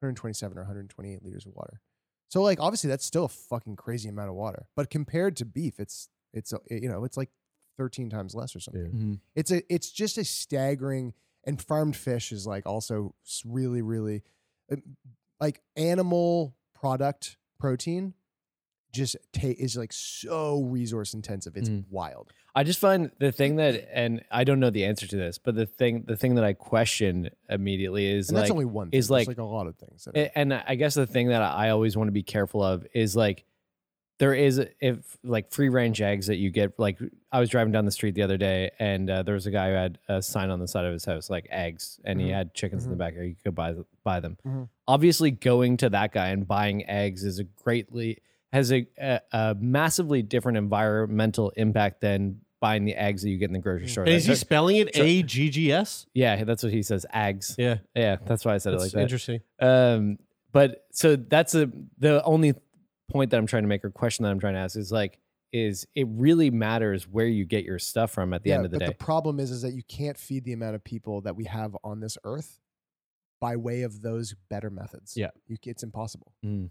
E: 127 or 128 liters of water. So like obviously that's still a fucking crazy amount of water, but compared to beef, it's it's uh, you know it's like 13 times less or something.
D: Mm-hmm.
A: Mhm.
E: It's a it's just a staggering and farmed fish is like also s- really really uh, like animal product protein just ta- is like so resource intensive. It's
D: Mm.
E: wild.
D: I just find the thing that, and I don't know the answer to this, but the thing, the thing that I question immediately is
E: And
D: like,
E: that's only one thing.
D: is
E: There's,
D: like,
E: like a lot of things that are-
D: A- and I guess the thing that I always want to be careful of is like there is if like free range eggs that you get like I was driving down the street the other day and uh, there was a guy who had a sign on the side of his house like eggs and
I: Mhm.
D: he had chickens in the backyard you could buy buy them
I: Mhm.
D: obviously going to that guy and buying eggs is a greatly has a, a, a massively different environmental impact than buying the eggs that you get in the grocery store
C: And is he
D: That's-
C: spelling it
D: so-
C: A G G S?
D: yeah, that's what he says. Ags.
C: Yeah,
D: yeah, that's why I said it like
C: That's
D: that.
C: interesting.
D: Um, but so that's a, the only point that I'm trying to make or question that I'm trying to ask is like, is it really matters where you get your stuff from at the end of the
E: but
D: day?
E: the problem is, is that you can't feed the amount of people that we have on this earth by way of those better methods.
D: Yeah.
E: you, c- it's impossible.
D: Mm.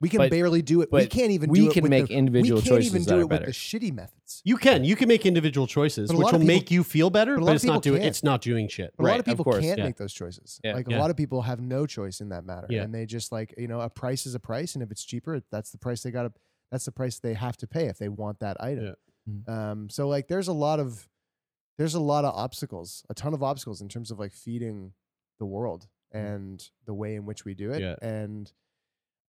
E: We can
D: But-
E: barely do it. We
D: but
E: can't even.
D: we
E: do it
D: can
E: with
D: make
E: the,
D: individual
E: we can't
D: choices
E: even do
D: that are
E: it
D: better.
E: with the shitty methods.
C: You can. You can make individual choices,
E: But a
C: which will
E: lot of people-
C: make you feel better,
E: but a
C: but,
E: lot of
C: it's not
E: people
C: doing.
E: can't.
C: It's not doing shit.
E: But a lot of people can't make those choices.
C: Yeah.
E: Like a
C: Yeah.
E: lot of people have no choice in that matter,
C: Yeah.
E: and they just like you know a price is a price, and if it's cheaper, that's the price they got to. That's the price they have to pay if they want that item. Um, so like, there's a lot of there's a lot of obstacles, a ton of obstacles in terms of like feeding the world and the way in which we do it.
D: Mm-hmm. Yeah.
E: And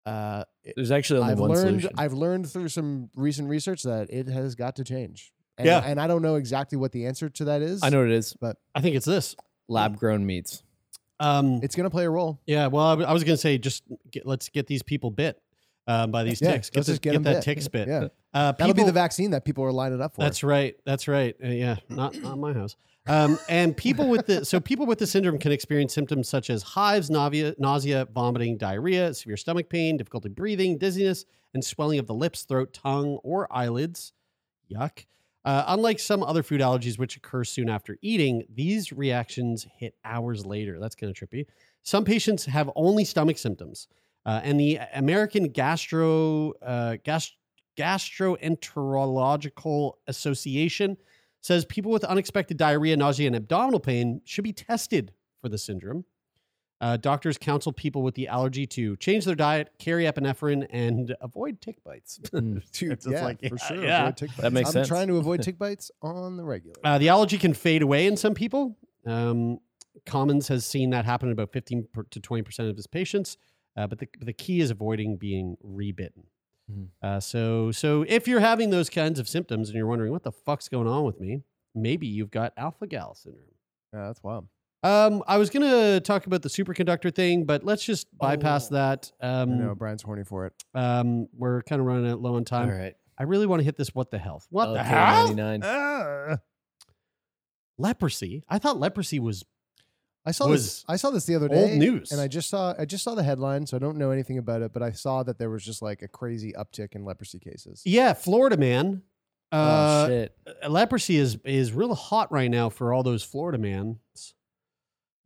E: uh, it-
D: There's actually only
E: I've
D: one
E: learned
D: solution.
E: I've learned through some recent research that it has got to change. And,
D: Yeah.
E: and I don't know exactly what the answer to that is.
D: I know what it is,
E: but
C: I think it's this
D: lab grown meats.
C: [laughs] Um,
E: it's going to play a role.
C: Yeah. Well, I, w- I was going to say, just get, let's get these people bit uh, by these
E: Yeah,
C: ticks. Get,
E: let's
C: this,
E: just get
C: get
E: them
C: that
E: bit.
C: tick spit.
E: Yeah.
C: Uh,
E: That'll be
C: people-
E: the vaccine that people are lining up for.
C: That's right. That's right. Uh, yeah, not not my house. Um, and people with the so people with the syndrome can experience symptoms such as hives, nausea, nausea, vomiting, diarrhea, severe stomach pain, difficulty breathing, dizziness, and swelling of the lips, throat, tongue, or eyelids. Yuck. Uh, unlike some other food allergies, which occur soon after eating, these reactions hit hours later. That's kind of trippy. Some patients have only stomach symptoms, uh, and the American Gastro uh, Gast- Gastroenterological Association says people with unexpected diarrhea, nausea, and abdominal pain should be tested for the syndrome. Uh, doctors counsel people with the allergy to change their diet, carry epinephrine, and avoid tick bites.
E: [laughs]
D: Hmm.
E: Dude,
C: It's
E: yeah,
C: like, [laughs]
E: for sure.
C: yeah.
E: Avoid tick bites.
C: That makes
E: I'm
C: sense.
E: trying to
C: [laughs]
E: avoid tick bites on the regular.
C: Uh, the allergy can fade away in some people. Um, Commons has seen that happen in about 15 per- to 20% of his patients, uh, but, the, but the key is avoiding being rebitten.
E: Mm-hmm.
C: Uh, so, so if you're having those kinds of symptoms and you're wondering what the fuck's going on with me, maybe you've got alpha gal syndrome.
E: Yeah, that's wild.
C: Um, I was gonna talk about the superconductor thing, but let's just bypass
E: Oh.
C: that. Um,
E: no, Brian's horny for it.
C: Um, we're kind of running out low on time.
E: All right. Oh,
C: I really want to hit this. What the health? What the Uh,
D: Okay,
C: health?
D: 99.
E: Ah.
C: leprosy. I thought leprosy was.
E: I saw
C: was
E: this. I saw this the other day.
C: old news.
E: and I just saw. I just saw the headline, so I don't know anything about it. But I saw that there was just like a crazy uptick in leprosy cases.
C: Yeah, Florida man.
E: Oh,
C: Uh,
D: shit.
C: uh, Leprosy is is real hot right now for all those Florida mans.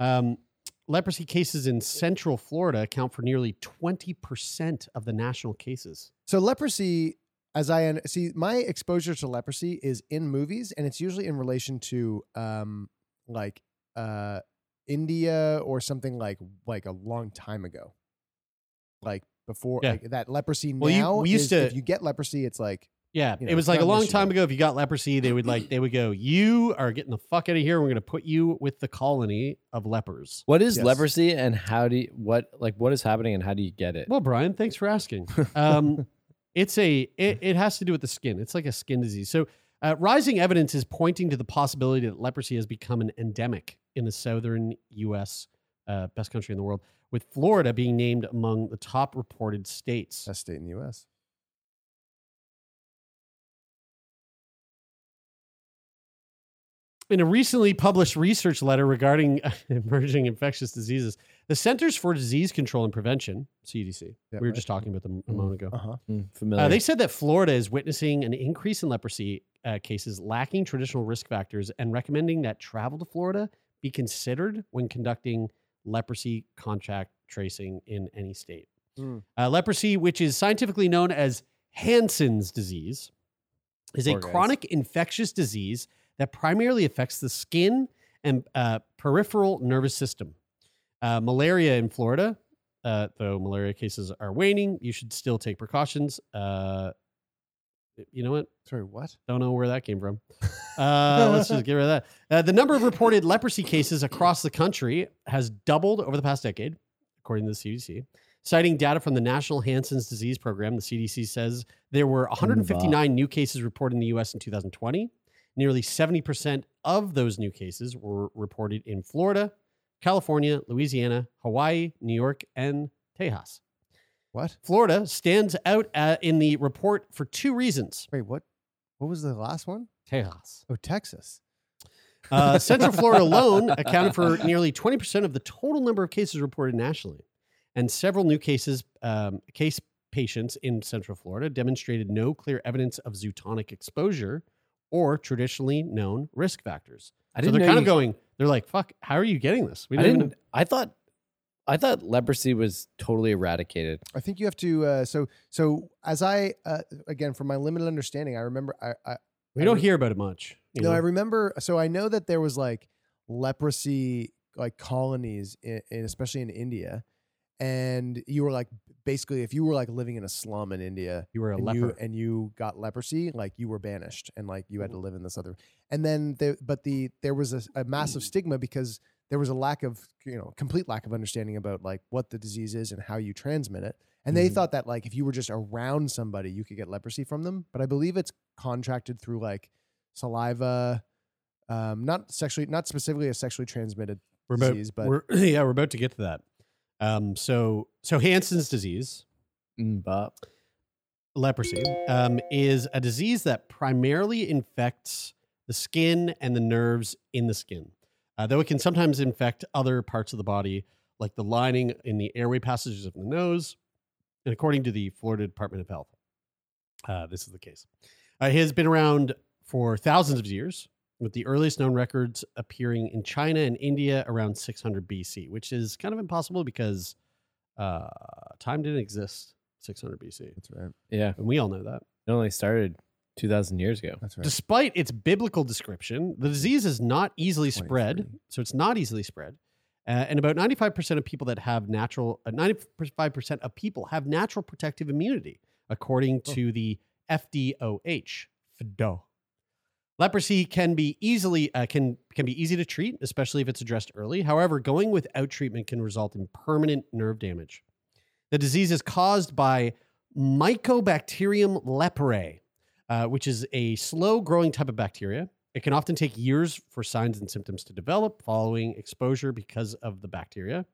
C: Um, leprosy cases in Central Florida account for nearly twenty percent of the national cases.
E: So leprosy, as I un- see, my exposure to leprosy is in movies, and it's usually in relation to um like uh India or something like like a long time ago, like before
C: Yeah.
E: like that leprosy.
C: Well, you-
E: now
C: we used
E: is-
C: to-
E: if you get leprosy, it's like
C: Yeah,
E: you know,
C: it was
E: it's
C: like a
E: not an
C: long
E: issue.
C: time ago. If you got leprosy, they would like they would go, "You are getting the fuck out of here. We're going to put you with the colony of lepers."
D: What is
C: Yes.
D: leprosy and how do you, what, like what is happening and how do you get it?
C: Well, Brian, thanks for asking. Um, [laughs] it's a it, it has to do with the skin. It's like a skin disease. So uh, rising evidence is pointing to the possibility that leprosy has become an endemic in the southern U.S., uh, best country in the world, with Florida being named among the top reported states.
E: Best state in the U.S.
C: In a recently published research letter regarding [laughs] emerging infectious diseases, the Centers for Disease Control and Prevention, CDC, we were
D: right.
C: just talking about them a moment ago.
D: Uh-huh.
C: Uh,
D: familiar.
C: they said that Florida is witnessing an increase in leprosy uh, cases lacking traditional risk factors and recommending that travel to Florida be considered when conducting leprosy contact tracing in any state.
D: Mm.
C: Uh, leprosy, which is scientifically known as Hansen's disease, is a
D: Poor guys.
C: chronic infectious disease that primarily affects the skin and uh, peripheral nervous system. Uh, malaria in Florida, uh, though malaria cases are waning, you should still take precautions. Uh, you know what?
E: Sorry, what?
C: Don't know where that came from. Uh, let's just get rid of that. Uh, the number of reported leprosy cases across the country has doubled over the past decade, according to the CDC. Citing data from the National Hansen's Disease Program, the CDC says there were 159 new cases reported in the US in 2020. Nearly 70% of those new cases were reported in Florida, California, Louisiana, Hawaii, New York, and Tejas.
E: What?
C: Florida stands out uh, in the report for two reasons.
E: Wait, what? What was the last one?
C: Tejas.
E: Oh, Texas.
D: [laughs]
C: Uh, Central Florida alone accounted for nearly 20% of the total number of cases reported nationally. And several new cases, um, case patients in Central Florida demonstrated no clear evidence of zootonic exposure or traditionally known risk factors.
D: I
C: so
D: didn't
C: they're
D: know
C: kind of
D: you-
C: going, they're like, fuck, how are you getting this? We
D: I
C: even
D: didn't. I thought. I thought leprosy was totally eradicated.
E: I think you have to. Uh, so, so as I uh, again, from my limited understanding, I remember. I, I
C: we don't hear about it much. you
E: no,
C: know?
E: I remember. So I know that there was like leprosy, like colonies, in, in, especially in India, and you were like basically if you were like living in a slum in India,
C: You were a
E: and
C: leper.
E: you, and you got leprosy, like you were banished, and like you had to live in this other. And then, the, but the there was a, a massive stigma because there was a lack of you know complete lack of understanding about like what the disease is and how you transmit it. And they
D: Mhm.
E: thought that like if you were just around somebody, you could get leprosy from them. But I believe it's contracted through like saliva, um, not sexually, not specifically a sexually transmitted
C: We're about,
E: disease, but
C: we're, [clears throat] yeah, we're about to get to that. Um, so, so Hansen's disease,
D: Hmm, But
C: leprosy um, is a disease that primarily infects the skin and the nerves in the skin, uh, though it can sometimes infect other parts of the body, like the lining in the airway passages of the nose. And according to the Florida Department of Health, uh, this is the case. Uh, it has been around for thousands of years, with the earliest known records appearing in China and India around 600 BC, which is kind of impossible because uh, time didn't exist 600 BC.
E: that's right.
D: yeah,
C: And we all know that.
D: it only started two thousand years ago.
E: That's right.
C: Despite its biblical description, the disease is not easily spread.
E: 23.
C: So it's not easily spread. Uh, and about 95% of people that have natural, uh, 95% of people have natural protective immunity, according to the FDOH. FDO. Leprosy can be easily uh, can can be easy to treat, especially if it's addressed early. However, going without treatment can result in permanent nerve damage. The disease is caused by Mycobacterium leprae, uh, which is a slow growing type of bacteria. It can often take years for signs and symptoms to develop following exposure because of the bacteria.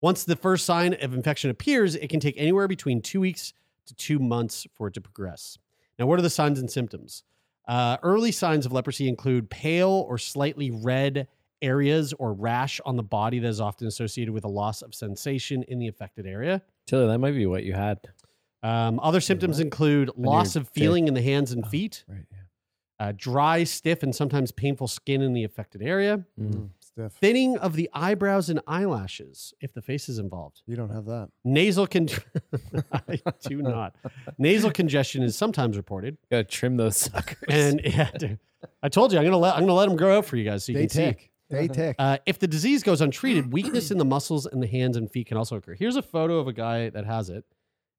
C: Once the first sign of infection appears, it can take anywhere between two weeks to two months for it to progress. Now, what are the signs and symptoms? Uh, early signs of leprosy include pale or slightly red areas or rash on the body that is often associated with a loss of sensation in the affected area.
D: Tilly, that might be what you had.
C: Um, other symptoms include loss
D: your
C: of feeling in the hands and feet,
E: Oh, Right. Yeah.
C: uh, dry, stiff, and sometimes painful skin in the affected area,
D: Mm.
E: Steph,
C: thinning of the eyebrows and eyelashes if the face is involved.
E: you don't have that.
C: Nasal con- [laughs] I do not. Nasal congestion is
E: [laughs]
C: sometimes reported,
D: Gotta trim those [laughs] suckers.
C: and [laughs] yeah, dude, I told you I'm gonna let I'm gonna let them grow out for you guys so you
E: They
C: can see.
E: tick. They tick.
C: Uh, if the disease goes untreated, weakness in the muscles and the hands and feet can also occur. Here's a photo of a guy that has it,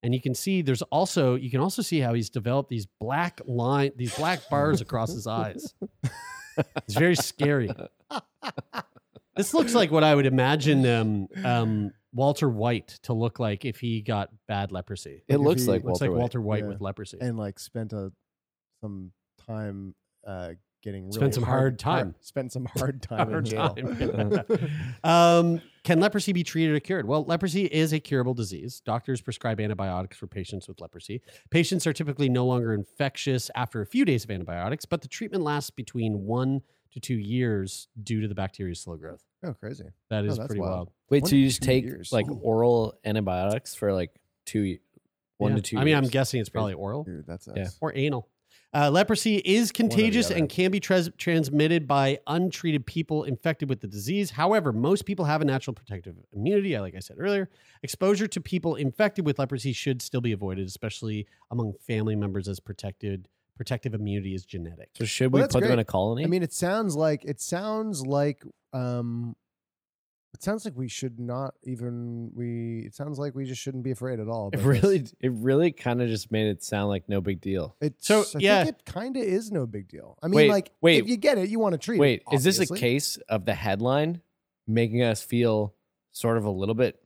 C: and you can see there's also you can also see how he's developed these black line these black bars across his eyes. It's very scary. This looks like what I would imagine um, um, Walter White to look like if he got bad leprosy.
D: it
E: Like if
D: looks
E: he-
D: like
C: looks
D: Walter.
C: like
D: White.
C: Walter White
E: Yeah.
C: with leprosy.
E: and like spent a some time uh, getting really
C: Spent some hard time.
E: spent
D: [laughs]
E: some hard time in
C: Hard
E: jail. [laughs]
C: time. um, can leprosy be treated or cured? Well, leprosy is a curable disease. Doctors prescribe antibiotics for patients with leprosy. Patients are typically no longer infectious after a few days of antibiotics, but the treatment lasts between one to two years due to the bacteria's slow growth.
E: Oh, crazy.
C: That
E: Oh,
C: is
E: that's
C: pretty
E: wild.
C: wild.
D: Wait, so
E: One
D: you
E: to
D: just
E: two
D: take
E: years.
D: like oral antibiotics for like two, y- one
C: Yeah.
D: to two.
C: I mean, I'm
D: years?
C: guessing it's probably oral
E: Dude, that's us.
D: Yeah.
C: or anal. Uh, leprosy is contagious and can be tras- transmitted by untreated people infected with the disease. However, most people have a natural protective immunity. uh, Like I said earlier, exposure to people infected with leprosy should still be avoided, especially among family members, as protected protective immunity is genetic.
D: So should
E: Well,
D: we
E: that's
D: put them in
E: great.
D: a colony?
E: I mean, it sounds like it sounds like um, it sounds like we should not even we. It sounds like we just shouldn't be afraid at all.
D: it
E: about this.
D: really, it really kind of just made it sound like no big deal.
E: It's,
C: So,
E: I
C: yeah.
E: think it kind of is no big deal. I mean,
D: Wait,
E: like,
D: wait.
E: if you get it, you want to treat.
D: Wait,
E: it,
D: is this a
E: obviously.
D: case of the headline making us feel sort of a little bit,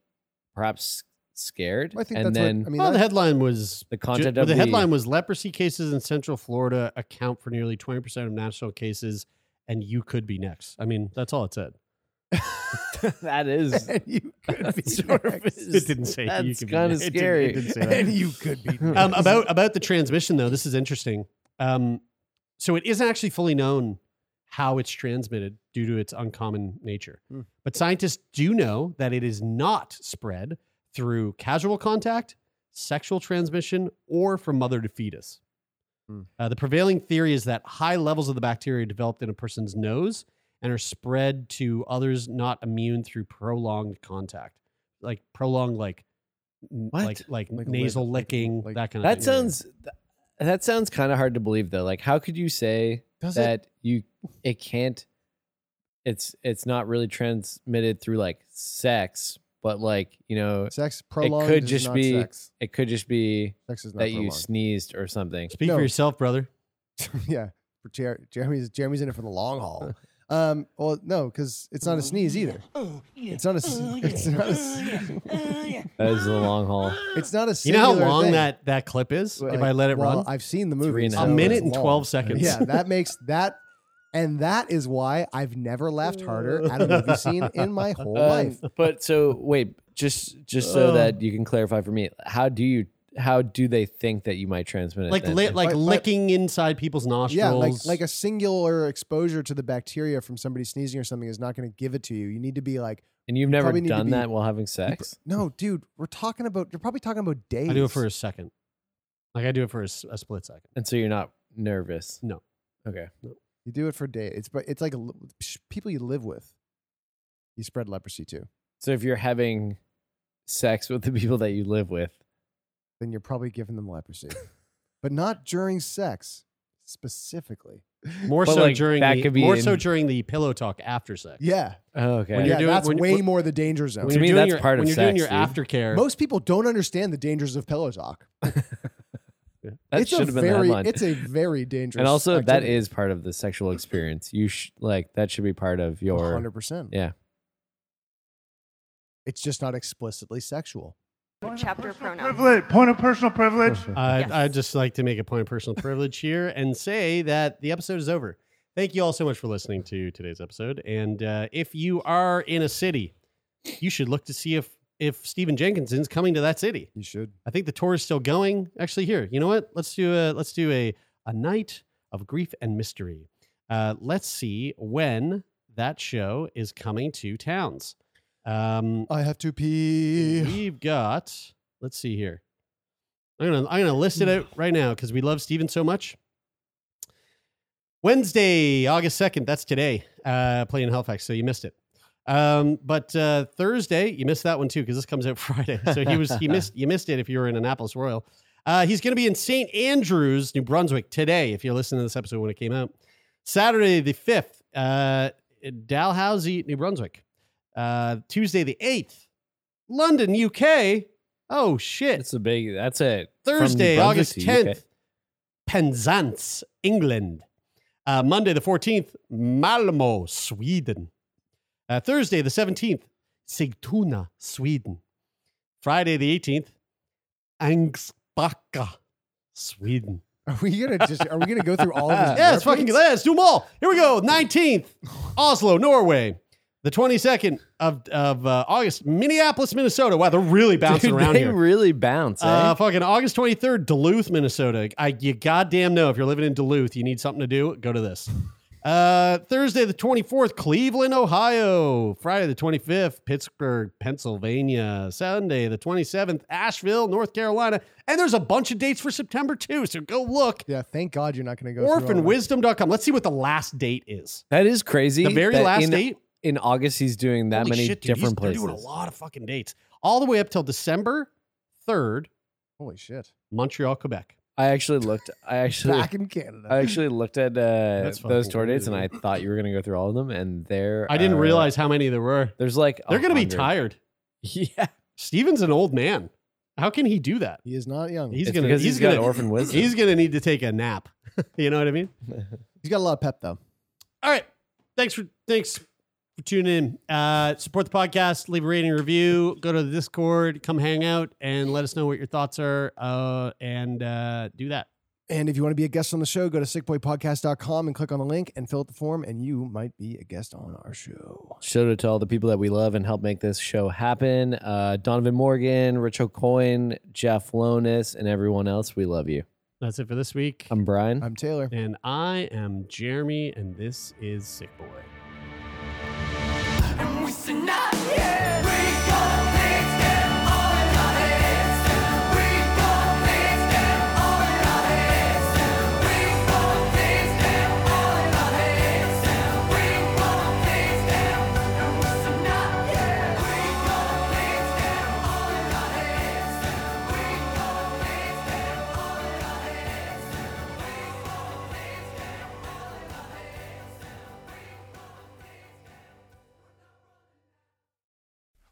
D: perhaps scared?
E: I think
D: and
E: that's
D: then
E: what I mean.
C: well, the
E: that-
C: headline was
D: the content
C: Ju-
D: of
C: the headline was leprosy cases in Central Florida account for nearly 20% of national cases, and you could be next. I mean, that's all it said.
D: [laughs] that is
E: and [laughs] you
D: [laughs]
E: could
C: [laughs]
E: be
D: that's sort of
E: next.
D: is-
C: It didn't say [laughs] you
D: that's
C: could be
D: kind of
C: next. It didn't-
D: scary.
C: it didn't say
D: [laughs]
C: that.
E: and you could be next.
C: [laughs] um, about about the transmission though. This is interesting. Um, so it isn't actually fully known how it's transmitted due to its uncommon nature,
E: Hmm.
C: but scientists do know that it is not spread through casual contact, sexual transmission, or from mother to fetus.
E: Hmm.
C: Uh, the prevailing theory is that high levels of the bacteria developed in a person's nose and are spread to others not immune through prolonged contact, like prolonged like n-
D: What?
C: like like,
E: Like
C: nasal
E: lick- like-
C: licking
E: like-
C: that kind of
D: That
C: thing.
D: sounds th- that sounds kind of hard to believe though. Like how could you say
E: Does it-
D: that you it can't it's it's not really transmitted through like sex, but like, you know,
E: sex prolonged.
D: could
E: is
D: just
E: not
D: be-
E: sex.
D: it could just be
E: Sex is not
D: that you
E: prolonged.
D: sneezed or
C: [laughs]
D: something.
C: Speak
E: No.
C: for yourself, brother.
E: [laughs] yeah, for Jer- Jeremy's Jeremy's in it for the long
C: [laughs]
E: haul. Um, well, no, because it's not a sneeze either. It's not a. s- [laughs] It's not a. s-
D: That is the long haul.
E: [laughs] It's not a.
C: You know how
E: singular
C: long
E: thing.
C: that that clip is? if
E: Like,
C: I let it
E: well,
C: run,
E: I've seen the
D: Three
E: movie.
D: and a
E: so
D: half
C: a minute
E: it's
C: and
E: long.
C: twelve seconds.
E: Yeah,
C: [laughs]
E: that makes that, and that is why I've never laughed harder at a movie scene in my
C: [laughs]
E: whole
D: Um,
E: life.
D: but so wait, just just so
C: Ugh.
D: that you can clarify for me, how do you how do they think that you might transmit it?
C: like
D: then?
C: li- like
E: But- but-
C: licking inside people's nostrils.
E: Yeah, like like a singular exposure to the bacteria from somebody sneezing or something is not going to give it to you. You need to be like,
D: and you've never
E: probably need to
D: done
E: be-
D: that while having sex?
E: no, dude, we're talking about. You're probably talking about days.
C: I do it for a second. Like I do it for a, s- a split second.
D: And so you're not nervous.
C: No.
D: Okay.
E: You do it for days. It's but it's like a li- psh, people you live with. You spread leprosy to,
D: So if you're having sex with the people that you live with,
E: then you're probably giving them
C: [laughs]
E: leprosy, but not during sex specifically.
C: More
D: But,
C: so
D: like,
C: during
D: that
C: the,
D: could be
C: more so
D: in-
C: during the pillow talk after sex.
E: Yeah,
D: oh, okay.
C: When you're
E: yeah,
C: doing-
E: that's
C: when-
E: way
C: when-
E: more the danger zone.
C: When
D: To
C: you're
D: me,
C: doing
D: that's
C: your,
D: part of
C: when you're doing
D: sex,
C: your
D: dude.
C: aftercare.
E: Most people don't understand the dangers of pillow talk.
D: that
E: it's
D: should
E: a
D: have been the
E: very,
D: headline.
E: It's a very dangerous.
D: and also, that
E: activity.
D: is part of the sexual experience. You sh- like that should be part of your.
E: 100%.
D: Yeah.
E: It's just not explicitly sexual.
I: Chapter pronoun.
G: Privilege. Point of personal privilege.
C: I
I: Yes.
C: I'd just like to make a point of personal privilege here and say that the episode is over. Thank you all so much for listening to today's episode. And uh, if you are in a city, you should look to see if if Stephen Jenkinson's coming to that city.
E: You should.
C: I think the tour is still going. Actually, here, you know what? Let's do a let's do a a night of grief and mystery. Uh, let's see when that show is coming to towns. Um,
E: I have to pee.
C: we've got let's see here i'm gonna i'm gonna list it out right now because we love steven so much wednesday august 2nd that's today uh playing in halifax so you missed it um but uh thursday you missed that one too because this comes out [laughs] friday so he was he missed you missed it if you were in annapolis royal uh he's gonna be in st andrews new brunswick today if you're listening to this episode when it came out saturday the 5th uh dalhousie new brunswick uh tuesday the 8th London, UK. Oh shit!
D: It's a big. That's it.
C: Thursday, August tenth, Penzance, England. Uh, Monday the fourteenth, Malmo, Sweden. Uh, Thursday the seventeenth, Sigtuna, Sweden. Friday the eighteenth, Angsbacka, Sweden.
E: Are we gonna just? Are we gonna go through all of these?
C: [laughs] Yeah, let's fucking
E: airplanes?
C: let's do them all. Here we go. Nineteenth, Oslo, Norway. The twenty second of of uh, August, Minneapolis, Minnesota. Wow, they're really bouncing around
D: they
C: here.
D: really bounce. eh?
C: Uh, fucking August 23rd, Duluth, Minnesota. I, you goddamn know if you're living in Duluth, you need something to do, go to this. Uh, Thursday the 24th, Cleveland, Ohio. Friday the 25th, Pittsburgh, Pennsylvania. Sunday the 27th, Asheville, North Carolina. And there's a bunch of dates for September too, so go look.
E: Yeah, thank God you're not going to go. through all that.
C: Orphanwisdom.com. Let's see what the last date is.
D: That is crazy.
C: The very
D: that
C: last
D: in,
C: date?
D: in August, he's doing that
C: Holy
D: many
C: shit, dude, he's-
D: different
C: they're
D: places.
C: doing a lot of fucking dates, all the way up till December 3rd,
E: Holy shit!
C: Montreal, Quebec.
D: I actually looked. I actually
E: Back in Canada.
D: I actually looked at uh,
C: That's
D: those
C: fucking
D: tour dates, and I thought you were gonna go through all of them, and there
C: I didn't
D: are-
C: realize how many there were.
D: there's like
C: They're going to be
D: 100.
C: tired.
D: Yeah,
C: Steven's an old man. How can he do that?
E: he is not young.
C: He's
D: It's
C: gonna.
D: because
C: he's,
D: he's got
C: gonna.
D: orphan wisdom.
C: He's gonna need to take a nap. you know what I mean?
E: He's got a lot of pep though.
C: All right. Thanks for thanks for tuning in. Uh, support the podcast. Leave a rating review. Go to the Discord. Come hang out and let us know what your thoughts are. Uh, and uh, do that.
E: And if you want to be a guest on the show, go to sickboypodcast.com and click on the link and fill out the form, and you might be a guest on our show.
D: Shout out to all the people that we love and help make this show happen. Uh, Donovan Morgan, Rich O'Coin, Jeff Lonis, and everyone else. We love you.
C: That's it for this week.
D: I'm Brian.
E: I'm Taylor.
C: And I am Jeremy, and this is Sick Boy.